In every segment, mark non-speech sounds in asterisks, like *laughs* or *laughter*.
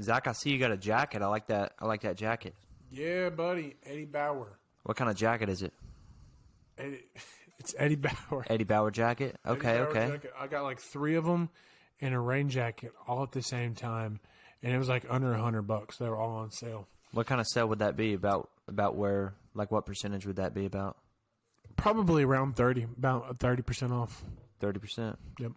Zach, I see you got a jacket. I like that. I like that jacket. Yeah, buddy, Eddie Bauer. What kind of jacket is it? Eddie, *laughs* it's Eddie Bauer. Eddie Bauer jacket. Eddie Okay, Bauer okay. jacket. I got like three of them and a rain jacket all at the same time, and it was like under a hundred bucks. They were all on sale. What kind of sale would that be? About about where? Like what percentage would that be? About Probably around thirty, about thirty percent off. thirty percent. Yep.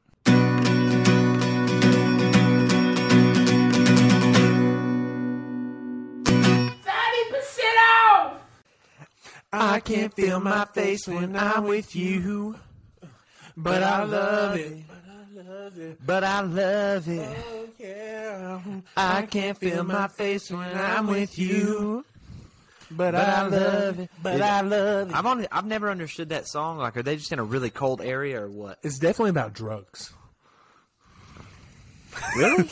I can't feel my face when I'm with you, but I love it. But I love it. Oh, Yeah. I can't feel my face when I'm with you, but I love it. But I love it. I've only, I've never understood that song. Like, are they just in a really cold area or what? It's definitely about drugs. *laughs* Really?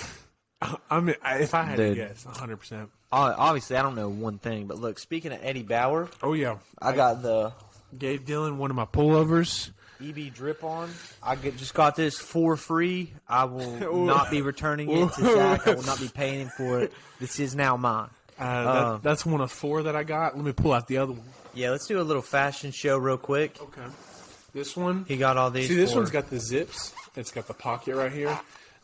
I mean, I- if I had Dude. to guess, 100%. Obviously, I don't know one thing. But look, speaking of Eddie Bauer, Oh, yeah. I got the Gave Dylan one of my pullovers. EB E drip on. I get, just got this for free. I *laughs* will not be returning it to Ooh. Zach. I will not be paying him for it. This is now mine. Uh, that, that's one of four that I got. Let me pull out the other one. Yeah, let's do a little fashion show real quick. Okay. This one. He got all these. See, this for- one's got the zips. It's got the pocket right here.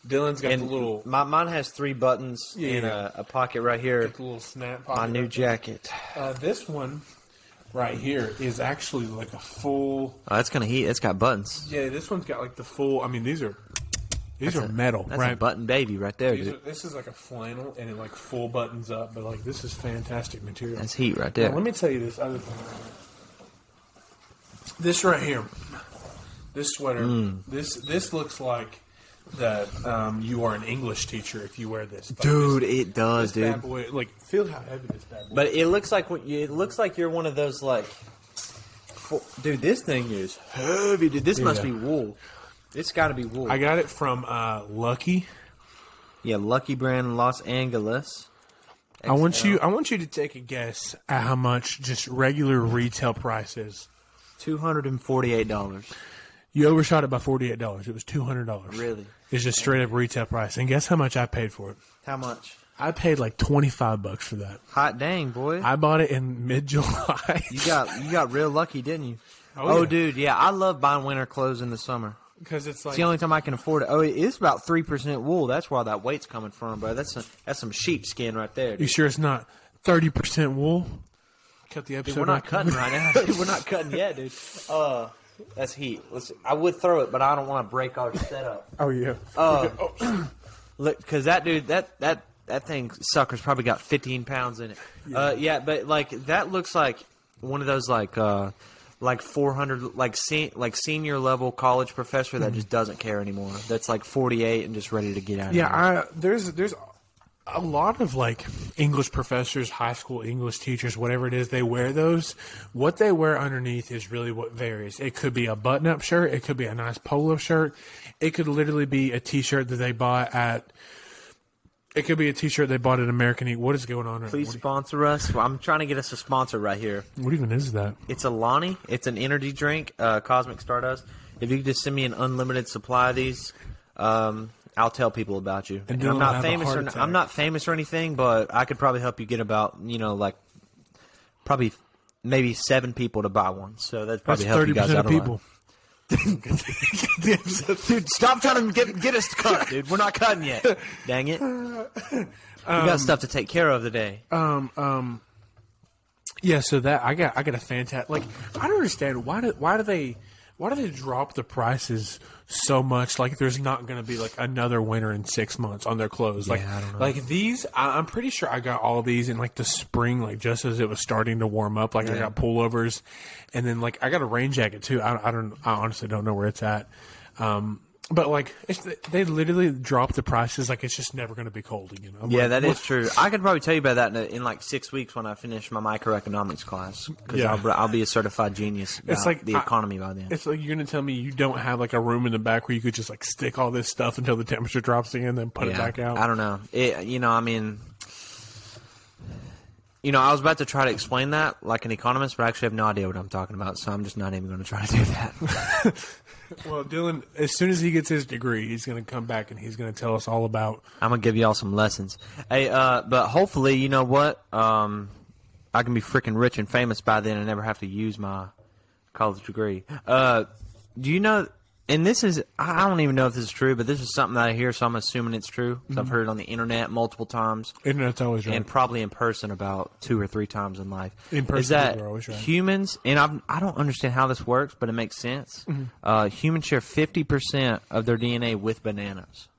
Dylan's got and the little, my, mine has three buttons Yeah, and yeah. a, a pocket right here. the little snap My pocket. new jacket. Uh, this one right here is actually like a full. Oh, that's gonna heat. It's got buttons. Yeah, this one's got like the full. I mean, these are these are That's a- metal, That's right? a button baby right there, These are, dude. this is like a flannel, and it like full buttons up. But like, this is fantastic material. That's heat right Now, there. let me tell you this other thing. This right here, this sweater, this this looks like that um, you are an English teacher if you wear this, Like, dude, This, it does, this bad dude. boy, like feel how heavy this bad boy. But it looks like what you, it looks like you're one of those like, fo- dude. This thing is heavy, dude. This must Yeah. be wool. It's got to be wool. I got it from uh, Lucky. yeah, Lucky Brand Los Angeles. I want you. I want you to take a guess at how much just regular retail price is. Two hundred and forty-eight dollars. You overshot it by forty eight dollars. It was two hundred dollars. Really? It's just straight up retail price. And guess how much I paid for it? How much? I paid like twenty five bucks for that. Hot dang, boy. I bought it in mid July. you *laughs* got you got real lucky, didn't you? Oh, Oh, yeah. dude, yeah. I love buying winter clothes in the summer. because it's It's like the only time I can afford it. Oh, it is about three percent wool. That's where all that weight's coming from, bro. That's some, that's some sheep skin right there. you Dude. sure it's not thirty percent wool? Cut the Dude, episode. we're not back. cutting right now. *laughs* Dude, we're not cutting yet, dude. Uh, that's heat. Let's, I would throw it, but I don't want to break our setup. *laughs* oh yeah. Oh, Uh, look, because that dude, that that that thing sucker's probably got 15 pounds in it. Yeah. Uh, yeah, but like that looks like one of those like uh, like 400 like se- like senior level college professor Mm-hmm. that just doesn't care anymore. That's like 48 and just ready to get out. Yeah, of here. I, there's there's a lot of like English professors, high school English teachers, whatever it is, they wear those. What they wear underneath is really what varies. It could be a button-up shirt, it could be a nice polo shirt, it could literally be a t-shirt that they bought at. It could be a t-shirt they bought at American Eagle. What is going on? Right Please now? sponsor us. Well, I'm trying to get us a sponsor right here. What, what even is that? It's Alani. It's an energy drink, uh, Cosmic Stardust. If you could just send me an unlimited supply of these, um, I'll tell people about you. And And Dylan I'm will not have a famous heart or attack. I'm not famous or anything, but I could probably help you get about you know like probably maybe seven people to buy one. So that's That's probably help thirty you guys percent out of a lot. people. *laughs* Dude, stop trying to get, get us to cut, dude. We're not cutting yet. *laughs* Dang it. We Um, got stuff to take care of today. Yeah, so that I got I got a fantastic like I don't understand why do why do they why do they drop the prices so much? Like there's not going to be like another winter in six months on their clothes. like I don't know. like these, I, I'm pretty sure I got all these in like the spring, like just as it was starting to warm up. Like I got pullovers, and then like I got a rain jacket too. I, I don't I honestly don't know where it's at. Um, but like it's, they literally drop the prices like it's just never going to be cold again. I'm Yeah, like, that what? is true. I could probably tell you about that in, a, in like six weeks when I finish my microeconomics class because Yeah. I'll, I'll be a certified genius about It's like the I- economy by then. It's like you're gonna tell me you don't have like a room in the back where you could just like stick all this stuff until the temperature drops again, then put it Yeah. back out. I don't know. It, you know, I mean, You know, I was about to try to explain that like an economist, but I actually have no idea what I'm talking about, so I'm just not even going to try to do that. Well, Dylan, as soon as he gets his degree, he's going to come back and he's going to tell us all about. I'm gonna give y'all some lessons. Hey, uh, but hopefully, you know what? Um, I can be freaking rich and famous by then, and never have to use my college degree. Uh, do you know? And this is I I don't even know if this is true, but this is something that I hear, so I'm assuming it's true. 'cause Mm-hmm. I've heard it on the internet multiple times, Internet's always right. and probably in person about two or three times in life. In person, is that you're always right. humans? And I've, I don't understand how this works, but it makes sense. Mm-hmm. Uh, humans share 50% of their DNA with bananas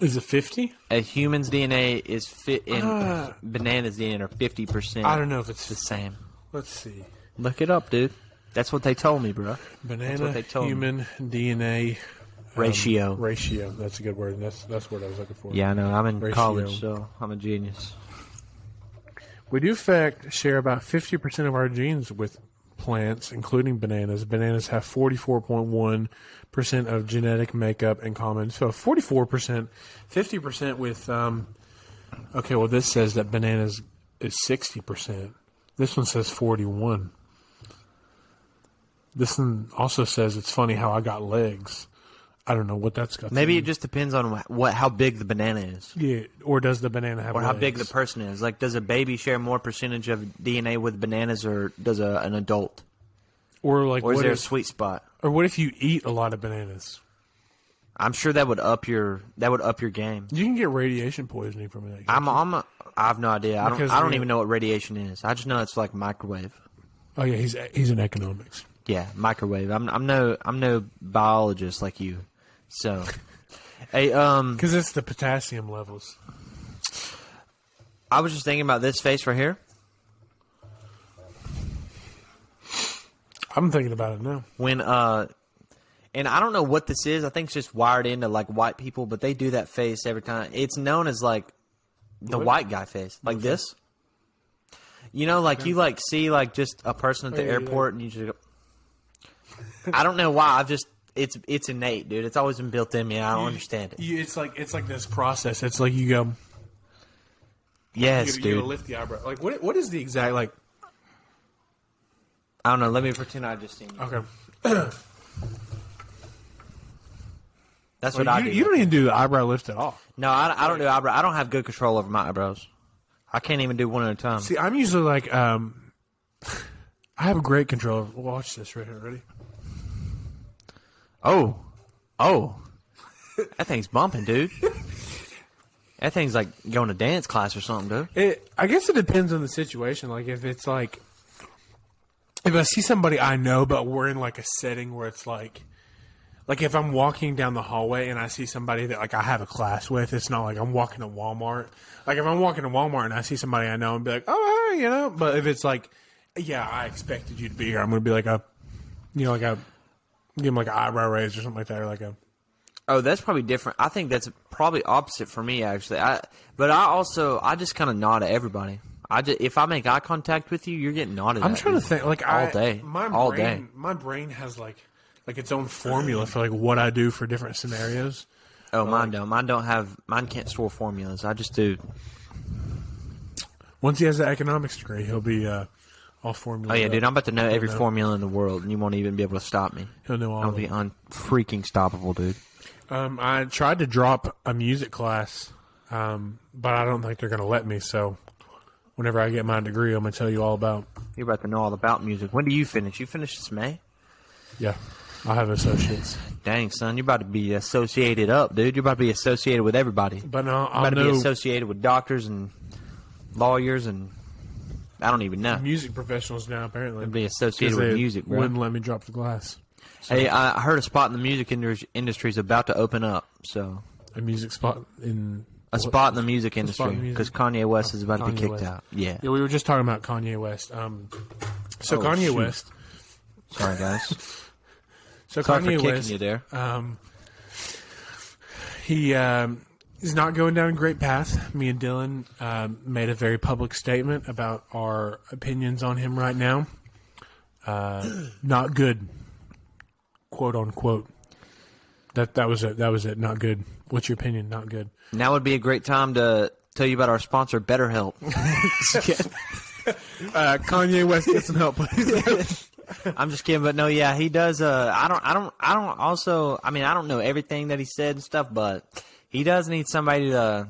Is it fifty? a human's DNA is fit in *sighs* Ah. bananas DNA are fifty percent. I don't know if the it's. same. Let's see. Look it up, dude. That's what they told me, bro. Banana they told me. human DNA Ratio. um, ratio. That's a good word. and That's that's what I was looking for. yeah, I know. I'm in Ratio. college, so I'm a genius. We do, in fact, share about 50% of our genes with plants, including bananas. Bananas have 44.1% of genetic makeup in common. So 44%, 50% with. Um, okay, well, this says that bananas is 60%. This one says 41. This one also says it's funny how I got legs. I don't know what that's got. to Maybe it do- just depends on wha- what how big the banana is, yeah, or does the banana have or how big the legs? person is. Like, does a baby share more percentage of DNA with bananas, or does a, an adult? or like Or is what there a if, sweet spot? or what if you eat a lot of bananas? I'm sure that would up your that would up your game. You can get radiation poisoning from that. I'm I'm a, I have no idea. I don't Because I don't we- even know what radiation is. I just know it's like microwave. oh yeah, he's he's in economics. Yeah, microwave. I'm I'm no I'm no biologist like you. *laughs* So, hey, um, Because it's the potassium levels. I was just thinking about this face right here. I'm thinking about it now. When uh, and I don't know what this is. I think it's just wired into like white people, but they do that face every time. It's known as like the What? white guy face, like this. You know, like you like see like just a person at the Oh, yeah, yeah. airport, and you just. Go, *laughs* I don't know why. I've just it's it's innate, dude. It's always been built in me. and I don't understand it. You, it's like it's like this process. It's like you go, you- Yes, you, dude. lift the eyebrow. Like what what is the exact like? I don't know. Let me pretend I just seen you. Okay, That's what I Like, you, do. you don't even do the eyebrow lift at all. no, I, I don't do eyebrow. I don't have good control over my eyebrows. I can't even do one at a time. See, I'm usually like, um, *sighs* I have great control. Over, watch this right here. Ready? oh, oh, that thing's bumping, dude. that thing's like going to dance class or something, dude. It, I guess it depends on the situation. Like if it's like if I see somebody I know, but we're in like a setting where it's like like if I'm walking down the hallway and I see somebody that like I have a class with, it's not like I'm walking to Walmart. Like if I'm walking to Walmart and I see somebody I know, and be like, oh, hey, you know. But if it's like, yeah, I expected you to be here, I'm gonna be like a, you know, like a give them like an eyebrow raise or something like that, or like a. Oh, that's probably different. I think that's probably opposite for me actually. I but I also I just kind of nod at everybody. I just, if I make eye contact with you, you're getting nodded. I'm at, trying to dude. think. Like all I, day, my all day. brain, my brain has like like its own formula for like what I do for different scenarios. Oh, mine don't. Mine don't have. Mine can't store formulas. I just do. Once he has the economics degree, he'll be uh, all formula. Oh yeah, dude. I'm about to know every know. formula in the world, and you won't even be able to stop me. he'll know all. I'll of be it. un freaking stoppable, dude. Um, I tried to drop a music class, um, but I don't think they're gonna let me. So, whenever I get my degree, I'm gonna tell you all about. You're about to know all about music. When do you finish? You finish this May? Yeah, I have associates, Dang, son, you're about to be associated up, dude. You're about to be associated with everybody. You're but no, I about to be know associated with doctors and lawyers and I don't even know. music professionals now. Apparently, Be associated 'Cause with they music, bro. wouldn't let me drop the class. Hey, I I heard a spot in the music indus- industry is about to open up. So A music spot in a spot in the music industry in the music- Uh, because Kanye West is about to Kanye be kicked West. out. Yeah, Yeah, we were just talking about Kanye West. Um, so Oh, Kanye shoot. West. sorry *laughs* guys. So Sorry for Kanye kicking West. you there. Um, he um, is not going down a great path. Me and Dylan um, made a very public statement about our opinions on him right now. Uh, *clears throat* not good, quote unquote. That that was it. That was it. Not good. What's your opinion? Not good. Now would be a great time to tell you about our sponsor, BetterHelp. *laughs* Uh, Kanye West, get some help, please. *laughs* I'm just kidding, but no, yeah, he does. Uh, I don't, I don't, I don't. Also, I mean, I don't know everything that he said and stuff, but he does need somebody to.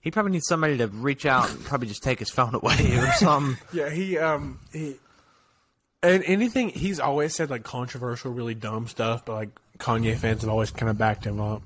He probably needs somebody to reach out and probably just take his phone away *laughs* or something. yeah, he um he and anything he's always said like controversial, really dumb stuff, but like Kanye fans have always kind of backed him up.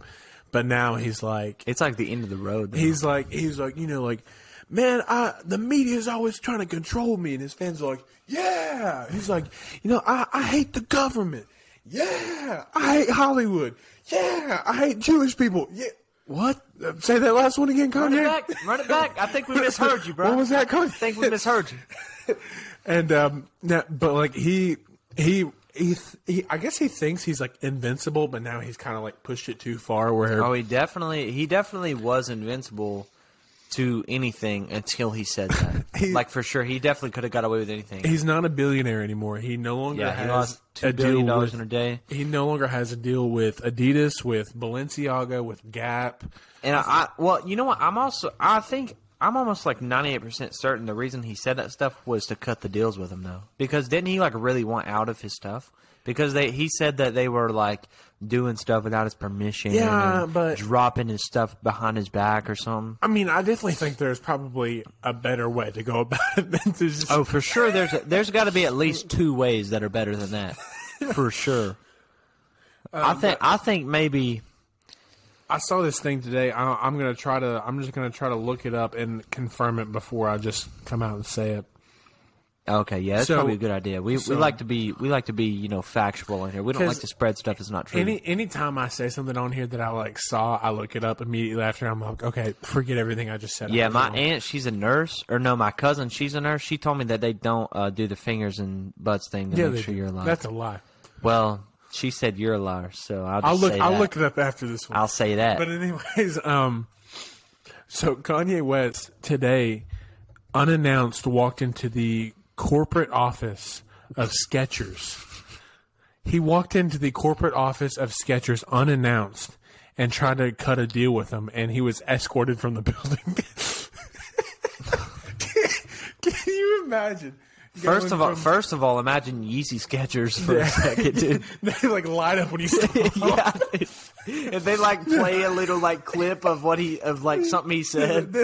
But now he's like It's like the end of the road. though. he's like he's like you know like man i the media is always trying to control me and his fans are like yeah he's like you know i, I hate the government yeah i hate hollywood yeah i hate jewish people yeah what Uh, say that last one again Run it kanye *laughs* back, run it back. I think we misheard you, bro. What was that, I Cody? think we misheard you. and um now, but like he he he, he, I guess he thinks he's like invincible, but now he's kind of like pushed it too far. Where Oh, he definitely, he definitely was invincible to anything until he said that. *laughs* He- like for sure, he definitely could have got away with anything. he's not a billionaire anymore. He no longer yeah, has he lost two a billion deal dollars with in a day. He no longer has a deal with Adidas, with Balenciaga, with Gap. And I, I well, you know what? I'm also I think I'm almost like 98% certain the reason he said that stuff was to cut the deals with him though. Because didn't he like really want out of his stuff? Because they he said that they were like doing stuff without his permission. Yeah, and but- dropping his stuff behind his back or something. I mean, I definitely think there's probably a better way to go *laughs* about it than to *laughs* just. Oh, for sure there's there's got to be at least two ways that are better than *laughs* that. for sure. Um, I think I think maybe I saw this thing today. I, I'm gonna try to. I'm just gonna try to look it up and confirm it before I just come out and say it. Okay, yeah, that's So- probably a good idea. We, so- we like to be we like to be you know factual in here. We don't 'Cause like to spread stuff that's not true. Any anytime I say something on here that I like saw, I look it up immediately after. I'm like, okay, forget everything I just said. I Yeah, was my wrong. aunt, she's a nurse, or no, my cousin, she's a nurse. She told me that they don't uh, do the fingers and butts thing to Yeah, make they sure do. you're alive. That's a lie. well, she said you're a liar, so I'll just I'll look. say I'll that. look it up after this one. I'll say that. But anyways, um, so Kanye West today, unannounced, walked into the corporate office of Skechers. He walked into the corporate office of Skechers unannounced and tried to cut a deal with them, and he was escorted from the *laughs* building. Can you imagine? first going of all, from- first of all, imagine Yeezy Skechers for a second, dude. *laughs* they like light up *laughs* when you. saw him. yeah, *laughs* if they like play a little like clip of what he of like something he *laughs* said.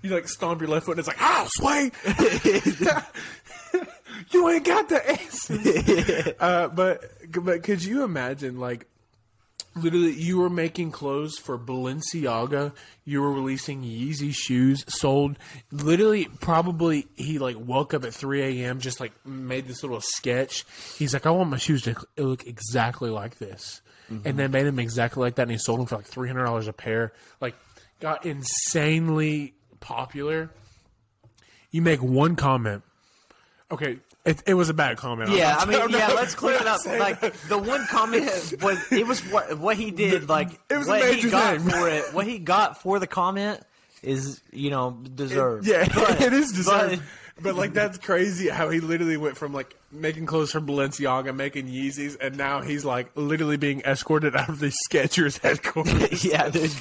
You like stomp your left foot and it's like, oh, sway. *laughs* you ain't got the answers. uh, but but could you imagine like literally you were making clothes for Balenciaga, you were releasing Yeezy shoes, sold literally probably he like woke up at three AM, just like made this little sketch. He's like, I want my shoes to look exactly like this. Mm-hmm. And they made them exactly like that and he sold them for like three hundred dollars a pair. Like got insanely popular. You make one comment. Okay, it, it was a bad comment. I'm *laughs* Yeah, not- I mean, I'm not- yeah. Let's clear I'm it not up. saying Like that. the one comment was it was what what he did. Like it was a what major he got thing. for it. What he got for the comment is you know deserved. Yeah, *laughs* But- it is but- deserved. But, like that's crazy how he literally went from like making clothes for Balenciaga, making Yeezys, and now he's like literally being escorted *laughs* out of the Skechers *laughs* headquarters. yeah, dude.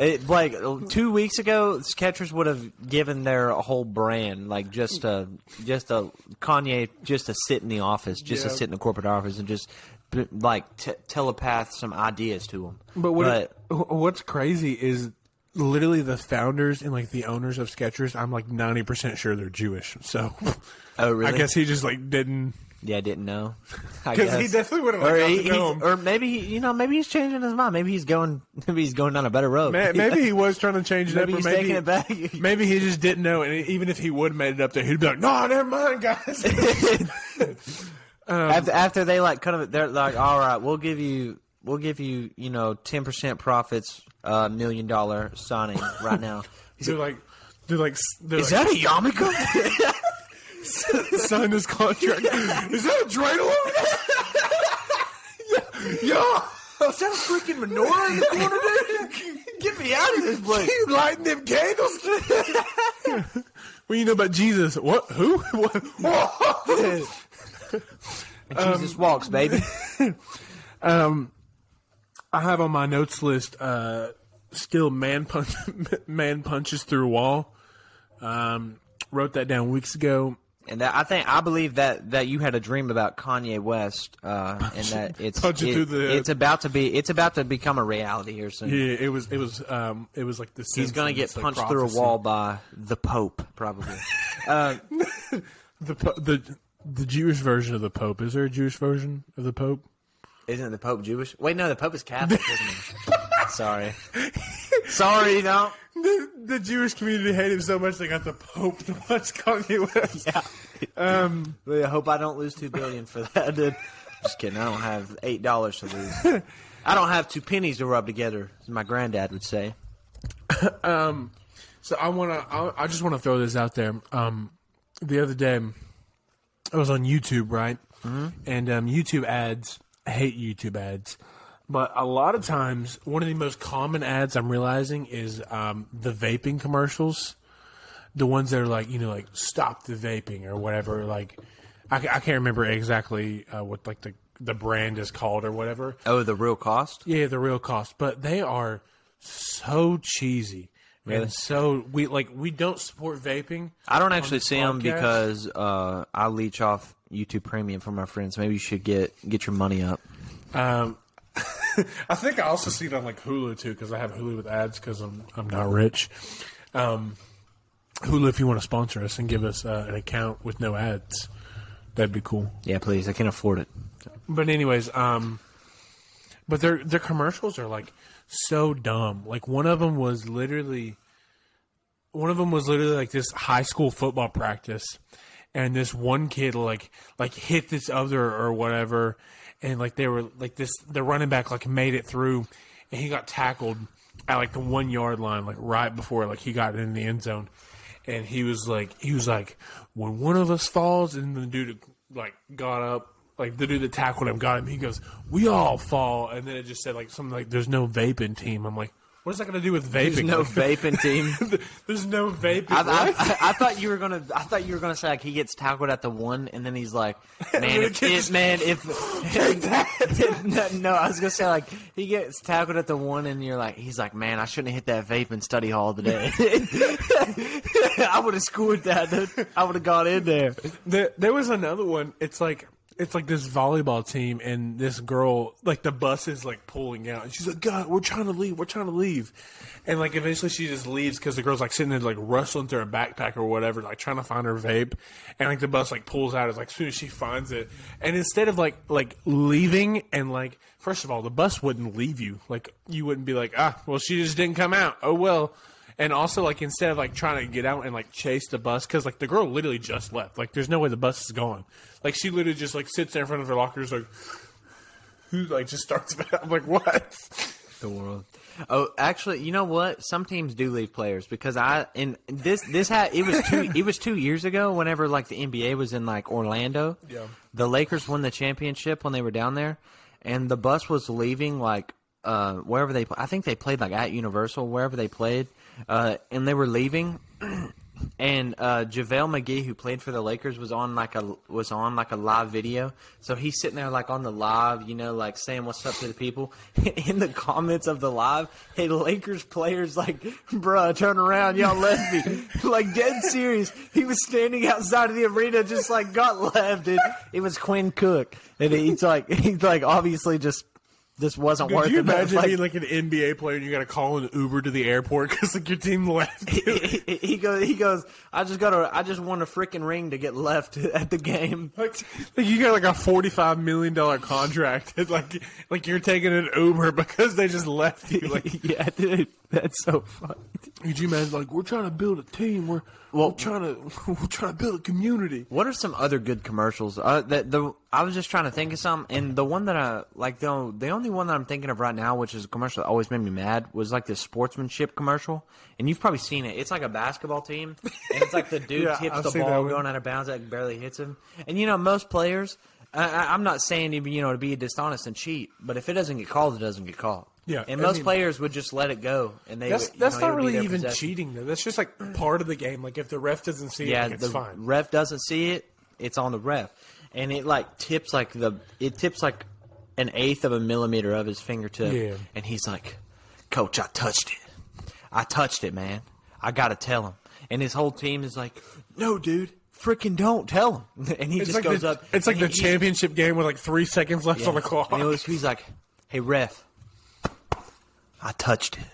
It, like two weeks ago, Skechers would have given their whole brand like just a just a Kanye just to sit in the office, just Yeah. to sit in the corporate office, and just b- like t- telepath some ideas to him. *laughs* But what wh- what's crazy is literally the founders and like the owners of Skechers. I'm like ninety percent sure they're Jewish. So oh really? I guess he just like didn't. Yeah, I didn't know. *laughs* Because he definitely would've, like, or, got to he's- know him. or maybe he, you know, maybe he's changing his mind. Maybe he's going, *laughs* maybe he's going down a better road. *laughs* Ma- Maybe he was trying to change it Maybe up, or he's maybe taking it back. *laughs* maybe he just didn't know. And even if he would have made it up there, he'd be like, "No, never *laughs* mind, guys." *laughs* after, after they like kind of, they're like, all right, we'll give you, we'll give you, you know, ten percent profits, uh, million dollar signing right *laughs* now. they're like, they're like, they're like, a yarmulke? *laughs* sign this contract. Is that a dreidel *laughs* over there? yeah. Is that a freaking menorah in the corner, dude? Get me out of *laughs* this yeah. place. You lighting them *laughs* candles? what do you know about Jesus? What? Who? What? *laughs* Whoa. And um, Jesus walks, baby. I have on my notes list uh, skill man punch, *laughs* man punches through wall. Um, wrote that down weeks ago. And that, I think I believe that that you had a dream about Kanye West, uh, and that it's Punch it it- through the- it's about to be it's about to become a reality here soon. Yeah, it was it was um it was like the He's gonna get punched through a wall by the Pope, probably. The po- the the Jewish version of the Pope. Is there a Jewish version of the Pope? *laughs* Isn't the Pope Jewish? Wait, no, the Pope is Catholic, isn't he? *laughs* Sorry, sorry, no. The, *laughs* the Jewish community hated him so much they got the Pope to punch Kanye West. Really, I hope I don't lose two billion for that. Dude. Just kidding. I don't have eight dollars to lose. I don't have two pennies to rub together, as my granddad would say. So I want to. I, I just want to throw this out there. Um, the other day, I was on YouTube, right? And um, YouTube ads. I hate YouTube ads, but a lot of times, one of the most common ads I'm realizing is um, the vaping commercials. The ones that are like, you know, like stop the vaping or whatever. Like, I, ca- I can't remember exactly uh, what like the the brand is called or whatever. Oh, the real cost? Yeah, the real cost, but they are so cheesy. Really? And so we like we don't support vaping. I don't actually see them podcast? because uh, I leech off YouTube Premium from my friends. Maybe you should get get your money up. Um, I think I also see it on like Hulu too because I have Hulu with ads because I'm I'm not rich. Um, Hulu, if you want to sponsor us and give us uh, an account with no ads, that'd be cool. Yeah, please. I can't afford it. But anyways, um, but their their commercials are like so dumb. Like one of them was literally, one of them was literally like this high school football practice, and this one kid like like hit this other or whatever, and like they were like this the running back like made it through, and he got tackled at like the one yard line like right before like he got in the end zone, and he was like he was like when one of us falls and the dude like got up like the dude that tackled him got him he goes we all fall and then it just said like something like there's no vaping team i'm like what is that going to do with vaping There's *laughs* no Like, vaping *laughs* team. *laughs* there's no vaping I, I, I, I thought you were gonna. I thought you were gonna say like he gets tackled at the one, and then he's like, "Man, if, gets- if man, if, *laughs* no, no, I was gonna say like he gets tackled at the one, and you're like, he's like, "Man, I shouldn't have hit that vape in study hall today. *laughs* I would have scored that. Dude. I would have gone in there." There, there was another one. It's like it's like this volleyball team and this girl like the bus is like pulling out and she's like god we're trying to leave we're trying to leave and like eventually she just leaves because the girl's like sitting there like rustling through her backpack or whatever like trying to find her vape and like the bus like pulls out as like as soon as she finds it and instead of like like leaving and like first of all the bus wouldn't leave you like you wouldn't be like ah well she just didn't come out oh well and also, like, instead of like trying to get out and like chase the bus, because like the girl literally just left. Like, there's no way the bus is gone. Like, she literally just like sits there in front of her locker, just like, *laughs* who like just starts. *laughs* I'm like, what? the world. Oh, actually, you know what? Some teams do leave players because I and this this had it was two it was two years ago. Whenever like the NBA was in like Orlando, Yeah. the Lakers won the championship when they were down there, and the bus was leaving like uh wherever they I think they played like at Universal wherever they played, uh and they were leaving. And uh, JaVale McGee, who played for the Lakers, was on like a was on like a live video. So he's sitting there like on the live, you know, like saying what's up to the people. *laughs* In the comments of the live, hey Lakers players, like, bruh, turn around, y'all left me. *laughs* like dead serious. He was standing outside of the arena, just like got left. It it was Quinn Cook, and he's like he's like obviously just this wasn't worth Could you it. *laughs* It was imagine like- being like an NBA player and you got to call an Uber to the airport because like your team left? *laughs* *laughs* you? he, he- he goes. He goes. I just got a. I just won a freaking ring to get left *laughs* at the game. Like, like you got like a forty-five million dollar contract, and like, like you're taking an Uber because they just left *laughs* you. *laughs* Like, yeah, dude, that's so funny. could you imagine? Like, we're trying to build a team. We're Well- we're trying to *laughs* we're trying to build a community. What are some other good commercials? Uh, that the I was just trying to think of some, and the one that I like the the only one that I'm thinking of right now, which is a commercial that always made me mad, was like this sportsmanship commercial, and you've probably seen it. It's like a basketball team, and it's like *laughs* the dude Yeah, tips I've the seen that ball one. going out of bounds that barely hits him, and you know most players. I, I- I'm not saying to be, you know to be dishonest and cheat, but if it doesn't get called, it doesn't get called. Yeah, and I most mean- players would just let it go, and they That's would- you that's know, it not would be really their even possession. cheating though. That's just like part of the game. Like if the ref doesn't see yeah, it, like, it's the fine. ref doesn't see it. It's on the ref, and it like tips like the it tips like an eighth of a millimeter of his fingertip, Yeah. and he's like, Coach, I touched it. I touched it, man. I gotta tell him. And his whole team is like, No, dude, freaking don't tell him. *laughs* And he It's just like goes the, up. It's like and the he- championship game with like three seconds left on the clock. And it was, he's like, "Hey ref, I touched it,"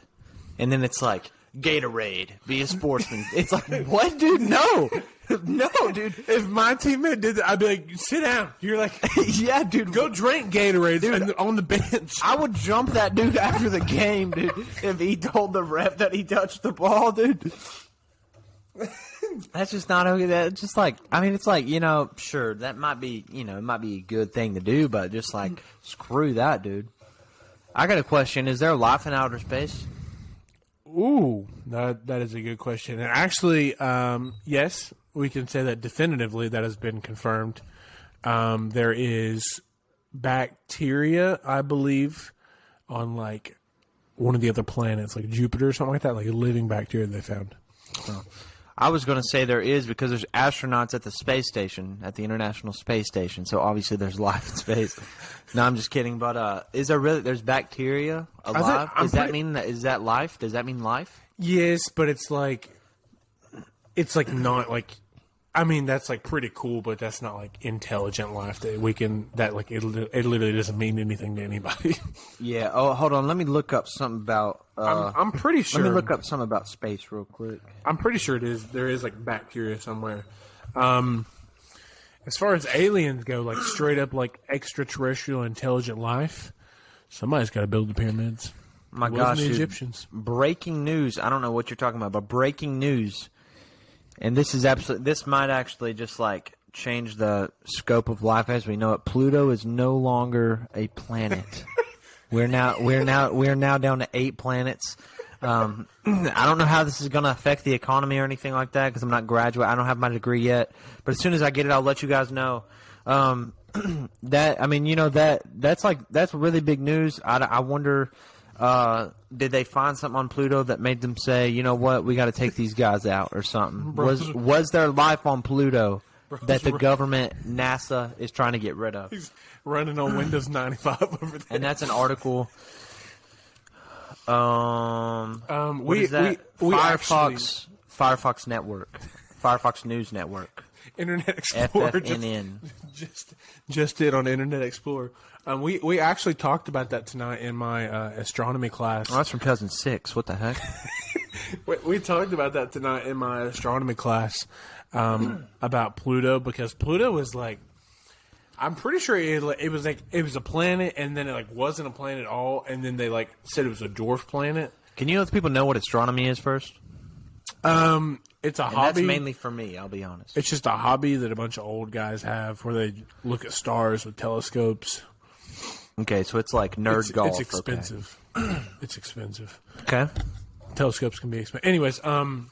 and then it's like Gatorade, be a sportsman. it's *laughs* like, what, dude? No, *laughs* no, dude. *laughs* if my teammate did that, I'd be like, "Sit down." You're like, *laughs* yeah, dude. "Go drink Gatorade on the- on the bench." I would jump that dude after the game, dude, if he told the ref that he touched the ball, dude. *laughs* That's just not okay. That's just like I mean, it's like you know, sure that might be you know it might be a good thing to do, but just like screw that, dude. I got a question: Is there life in outer space? Ooh, that that is a good question. And actually, um, yes, we can say that definitively. That has been confirmed. Um, there is bacteria, I believe, on like one of the other planets, like Jupiter or something like that. Like living bacteria they found. I was going to say there is because there's astronauts at the space station, at the International Space Station. So obviously there's *laughs* life in space. no, I'm just kidding. But uh, is there really? There's bacteria alive. I'm Does that pretty- mean that is that life? Does that mean life? Yes, but it's like it's like not like I mean that's like pretty cool, but that's not like intelligent life that we can that like it li- it literally doesn't mean anything to anybody. Yeah. Oh, hold on. Let me look up something about. Uh, *laughs* I'm pretty sure. let me look up something about space real quick. I'm pretty sure it is. There is like bacteria somewhere. Um, as far as aliens go, like straight up like extraterrestrial intelligent life, somebody's got to build the pyramids. My Wasn't gosh, the dude. Egyptians. breaking news. I don't know what you're talking about, but breaking news. And this is absolutely. This might actually just like change the scope of life as we know it. Pluto is no longer a planet. *laughs* we're now we're now we're now down to eight planets. Um, I don't know how this is going to affect the economy or anything like that because I'm not graduate. I don't have my degree yet. But as soon as I get it, I'll let you guys know. Um, *clears throat* that I mean, you know that that's like that's really big news. I, I wonder, uh, did they find something on Pluto that made them say, you know what, we got to take these guys out or something? Was was there life on Pluto that the government NASA is trying to get rid of? He's running *sighs* on Windows 95 over there. And that's an article. Um, what Um, we- is that? we- we Firefox Firefox Network, Firefox News *laughs* Network, Internet Explorer *laughs* just, FFNN. just just did on Internet Explorer. Um, we we actually talked about that tonight in my uh, astronomy class. Oh, that's from 2006. What the heck? *laughs* We, we talked about that tonight in my astronomy class *clears throat* um, about Pluto because Pluto is like, I'm pretty sure it, like, it was like it was a planet and then it like wasn't a planet at all and then they like said it was a dwarf planet. Can you let people know what astronomy is first? Um, it's a hobby. That's mainly for me. I'll be honest. it's just a hobby that a bunch of old guys have where they look at stars with telescopes. Okay, so it's like nerd It's, golf. it's expensive. *clears throat* it's expensive. Okay. okay. telescopes can be expensive. Anyways, um,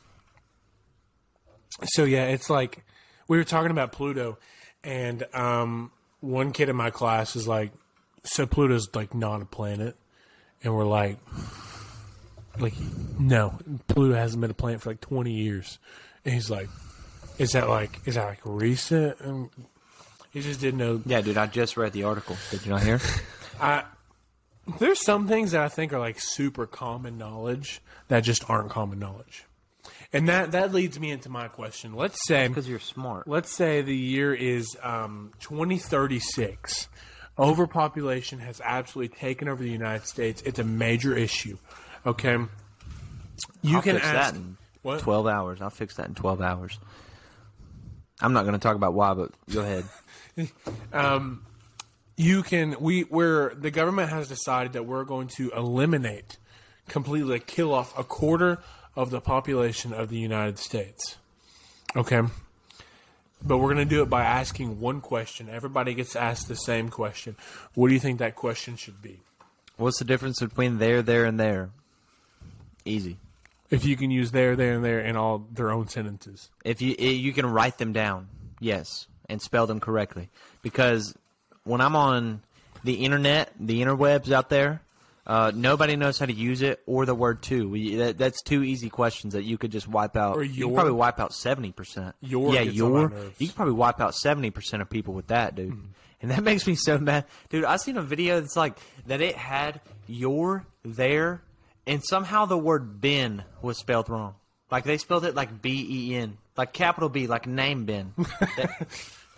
so yeah, it's like we were talking about Pluto, and um, one kid in my class is like, "So Pluto's like not a planet," and we're like, "Like, no, Pluto hasn't been a planet for like twenty years," and he's like, "Is that like is that like recent?" And he just didn't know Yeah, dude, I just read the article. Did you not *laughs* hear? There's some things that I think are like super common knowledge that just aren't common knowledge. And that that leads me into my question. Let's say Because you're smart. let's say the year is um, 2036. Overpopulation has absolutely taken over the United States. It's a major issue. Okay. You I'll can fix ask that in what? twelve hours. I'll fix that in twelve hours. I'm not going to talk about why, but go ahead. you can we we're the government has decided that we're going to eliminate completely like, kill off a quarter of the population of the United States. Okay. But we're going to do it by asking one question. Everybody gets asked the same question. What do you think that question should be? What's the difference between there, there, and there? Easy. If you can use there, there, and there in all their own sentences. If you i you can write them down, yes, and spell them correctly. Because when I'm on the internet, the interwebs out there, uh, nobody knows how to use it or the word "to." We, that, that's two easy questions that you could just wipe out. Or you your. could probably wipe out seventy percent. Your yeah, gets on my your. nerves. Mm-hmm. You could probably wipe out seventy percent of people with that, dude. And that *laughs* makes me so mad, dude. I seen a video that's like that. It had your there and somehow the word Ben was spelled wrong. Like they spelled it like B E N, like capital B, like name Ben. *laughs* That-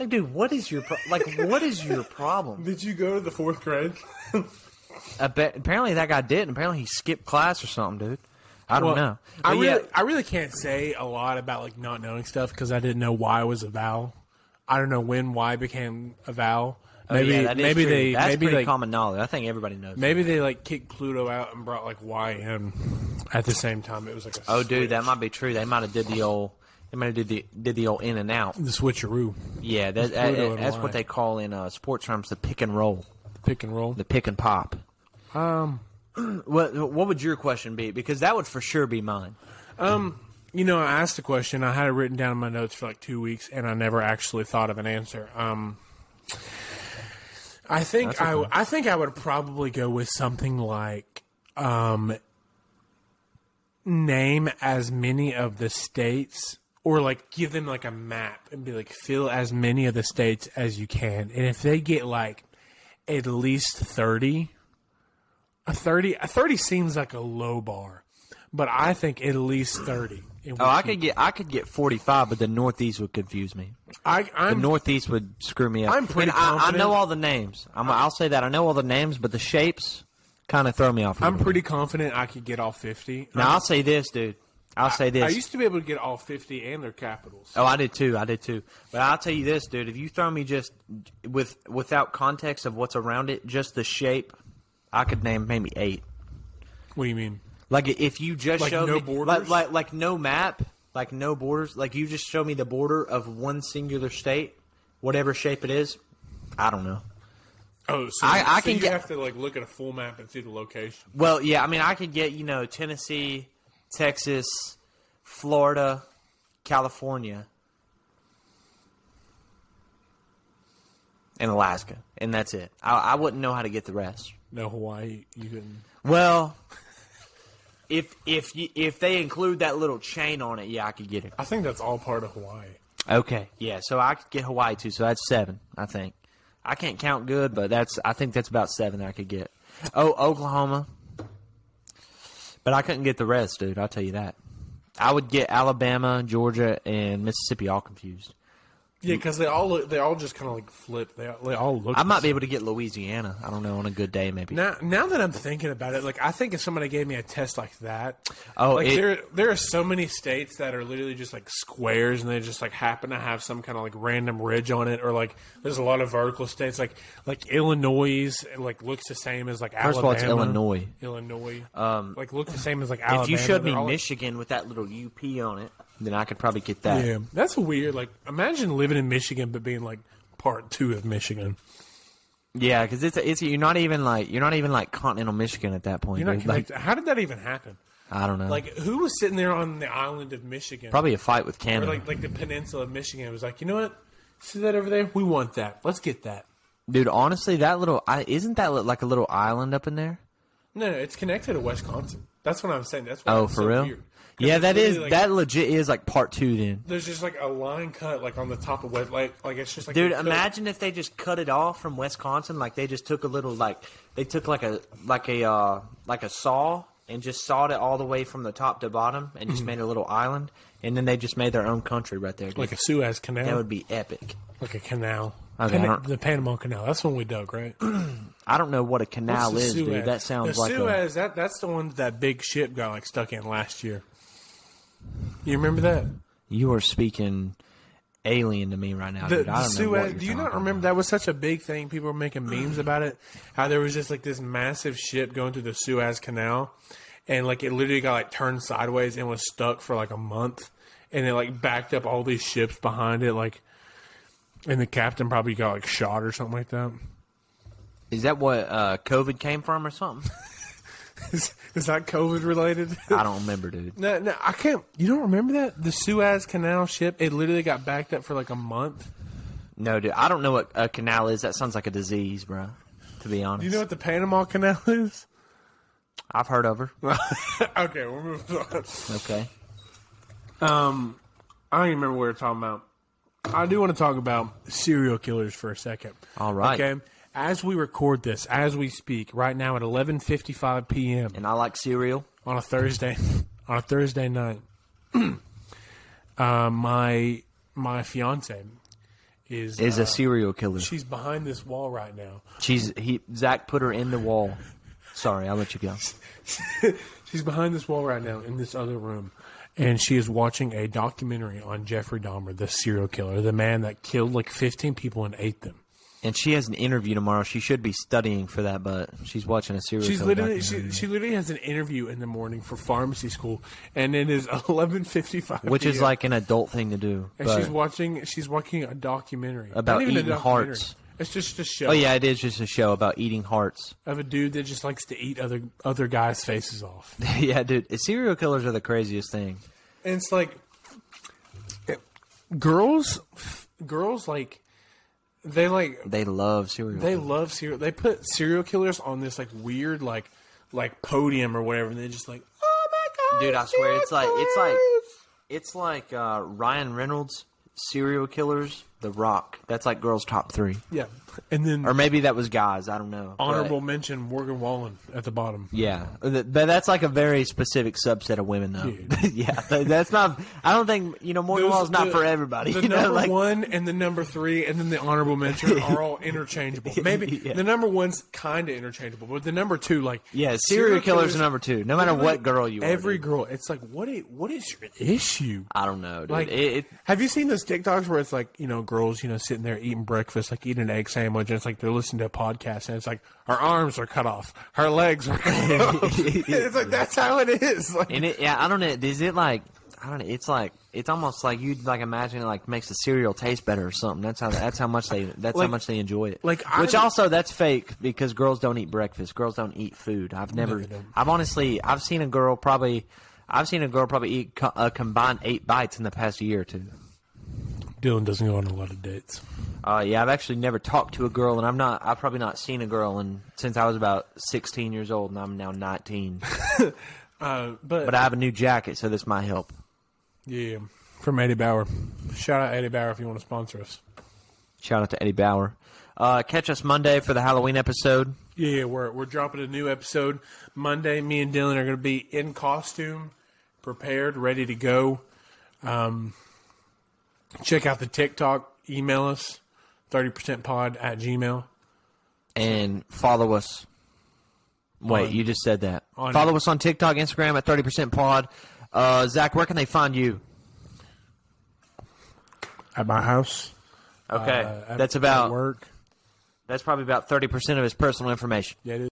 like, dude, what is your pro- like? What is your *laughs* problem? Did you go to the fourth grade? *laughs* I bet- apparently that guy didn't. Apparently he skipped class or something, dude. I don't know. I But yeah, really, I really can't say a lot about like not knowing stuff because I didn't know why was a vowel. I don't know when why became a vowel. Maybe, Oh, yeah, that is maybe true. they, That's maybe pretty like, common knowledge. I think everybody knows. maybe they like kicked Pluto out and brought like Y in at the same time. It was like a Oh, dude, that might be true. They might have did the old. They might have did the did the old in and *laughs* out. the switcheroo, Yeah, that, that- Pluto and that's Y. what they call in uh, sports terms the pick and roll, the pick and roll. the pick and pop. Um, *clears throat* What what would your question be? Because that would for sure be mine. you know, I asked the question. I had it written down in my notes for like two weeks, and I never actually thought of an answer. Um, I think I, I think I would probably go with something like um, name as many of the states, or like give them like a map and be like fill as many of the states as you can, and if they get like at least thirty, a thirty, a thirty seems like a low bar, but I think at least thirty. and we Oh, I can- could get I could get forty five, but the Northeast would confuse me. I, The I'm Northeast would screw me up. I'm pretty And I, I confident- know all the names. I'm, I'll say that I know all the names, but the shapes kind of throw me off. a I'm little pretty confident I could get all fifty. bit. Now I'll say this, dude. I'll say this. I used to be able to get all fifty and their capitals. Oh, I did too. I did too. But I'll tell you this, dude. If you throw me just with without context of what's around it, just the shape, I could name maybe eight. What do you mean? Like if you just Like show no me borders? like, like like no map, like no borders, like you just show me the border of one singular state, whatever shape it is. I don't know. Oh, so, I- I so can you get- have to like look at a full map and see the location. Well, yeah, I mean, I could get you know Tennessee, Texas, Florida, California, and Alaska, and that's it. I, I wouldn't know how to get the rest. No, Hawaii. You can. Well, if if you, if they include that little chain on it, yeah, I could get it. I think that's all part of Hawaii. Okay, yeah, so I could get Hawaii too. So that's seven, I think. I can't count good, but that's I think that's about seven I could get. Oh, Oklahoma, but I couldn't get the rest, dude. I'll tell you that. I would get Alabama, Georgia, and Mississippi all confused. Yeah, because they all look, they all just kind of like flip. They they all look. I might be able to get Louisiana. I don't know on a good day, maybe. Now, now that I'm thinking about it, like I think if somebody gave me a test like that, Oh, like it- there there are so many states that are literally just like squares, and they just like happen to have some kind of like random ridge on it, or like there's a lot of vertical states, like like Illinois, like looks the same as like First of all, Alabama. it's Illinois. Illinois, um, like look the same as like Alabama. If you showed me They're all, like, Michigan with that little UP on it, then I could probably get that. yeah, that's weird. Like imagine living in Michigan but being like part two of Michigan. Yeah, because it's it's you're not even like you're not even like continental Michigan at that point. You're not dude. Like, connected. How did that even happen? I don't know. Like Like who was sitting there on the island of Michigan? probably a fight with or Canada. like like the peninsula of Michigan was like, you know what? See that over there? We want that. Let's get that. Dude, honestly, that little I isn't that li- like a little island up in there? No, no, it's connected to Wisconsin. That's what I'm saying. That's why Oh, it's for so real? Weird. 'Cause Yeah, it's that is literally, like, that legit is like part two then. There's just like a line cut like on the top of West, like like it's just like Dude, a cut. imagine if they just cut it off from Wisconsin, like they just took a little like they took like a like a uh, like a saw and just sawed it all the way from the top to bottom and just made a little island, and then they just made their own country right there. dude. like a Suez Canal, that would be epic. like a canal. Okay, I Pan- don't- the Panama Canal. That's when we dug, right? I don't know what a What's canal the is, Suez? dude. That sounds the like a, Suez. That that's the one that big ship got like stuck in last year. You remember that? you are speaking alien to me right now, The, dude. I the don't know what Suez. you're Do you talking not remember about. that was such a big thing? People were making memes about it. How there was just like this massive ship going through the Suez Canal, and like it literally got like turned sideways and was stuck for like a month, and it like backed up all these ships behind it, like. And the captain probably got like shot or something like that. *laughs* Is that what uh, COVID came from or *laughs* something? Is, is that COVID *laughs* related? I don't remember, dude. no, no, I can't. You don't remember that the Suez Canal ship? It literally got backed up for like a month. No, dude. I don't know what a canal is. That sounds like a disease, bro. To be honest, You know what the Panama Canal is? *laughs* I've heard of her. okay, we're moving on. Okay. Um, I don't even remember what we were talking about. I do want to talk about serial killers for a second. All right. Okay. as we record this, as we speak, right now at 11:55 p.m. and I like cereal. on a Thursday, *laughs* on a Thursday night, *clears throat* uh, my my fiance is Is uh, a serial killer. she's behind this wall right now. She's he Zach put her in the wall. Sorry, I'll let you go. She's behind this wall right now in this other room, and she is watching a documentary on Jeffrey Dahmer, the serial killer, the man that killed like 15 people and ate them. And she has an interview tomorrow. She should be studying for that, but she's watching a serial. She's killer literally documentary. she, she literally has an interview in the morning for pharmacy school, and it is *laughs* 11:55, which is PM, like an adult thing to do. and but- she's watching she's watching a documentary Not About even a eating documentary. hearts. It's just a show oh yeah, it is just a show about eating hearts. *laughs* of a dude that just likes to eat other other guys' *laughs* faces off. yeah, dude, serial killers are the craziest thing. And it's like it- girls, girls like they like They love serial. they killers. love serial. They put serial killers on this like weird like like podium or whatever, and they're just like, oh my god, Dude, I swear, serial it's like- it's like- killers!" It's like uh, Ryan Reynolds, serial killers, The Rock. That's like girls' top three, yeah. And then or maybe that was guys. I don't know. But- honorable mention Morgan Wallen at the bottom. Yeah, Th- but that's like a very specific subset of women, though. *laughs* yeah, th- that's not. I don't think you know Morgan Wall's not the- for everybody. The you know, number like one and the number three and then the honorable mention *laughs* are all interchangeable. Maybe Yeah. the number one's kind of interchangeable, but the number two, like yeah, serial killers are number two. No matter what girl you are, every dude. girl, it's like what? i- what is your issue? I don't know, dude. Like, it, it, have you seen those TikToks where it's like you know girls you know sitting there eating breakfast, like eating an egg sandwich, and it's like they're listening to a podcast, and it's like her arms are cut off, her legs are *laughs* cut off. it's like that's how it is. *laughs* Like, And it, yeah, I don't know. Is it like I don't know? It's like it's almost like you'd like imagine it like makes the cereal taste better or something. That's how that's how much they that's how Like- much they enjoy it. like, which I'm- also that's fake because girls don't eat breakfast. Girls don't eat food. I've never. they don't. I've honestly I've seen a girl probably. I've seen a girl probably eat co- a combined eight bites in the past year or two. Dylan doesn't go on a lot of dates. Uh, yeah, I've actually never talked to a girl, and I'm not. I've probably not seen a girl, and since I was about 16 years old, and I'm now 19. *laughs* Uh, but I have a new jacket, so this might help. Yeah, from Eddie Bauer. Shout out Eddie Bauer if you want to sponsor us. Shout out to Eddie Bauer. Uh, catch us Monday for the Halloween episode. Yeah, we're we're dropping a new episode Monday. Me and Dylan are going to be in costume, prepared, ready to go. Um, check out the TikTok. Email us thirty percent pod at gmail. and follow us. Wait, you just said that. on- follow us on TikTok, Instagram at 30% Pod. Uh, Zach, where can they find you? At my house. Okay. uh, at- that's at about work. that's probably about 30% of his personal information. Yeah, it is.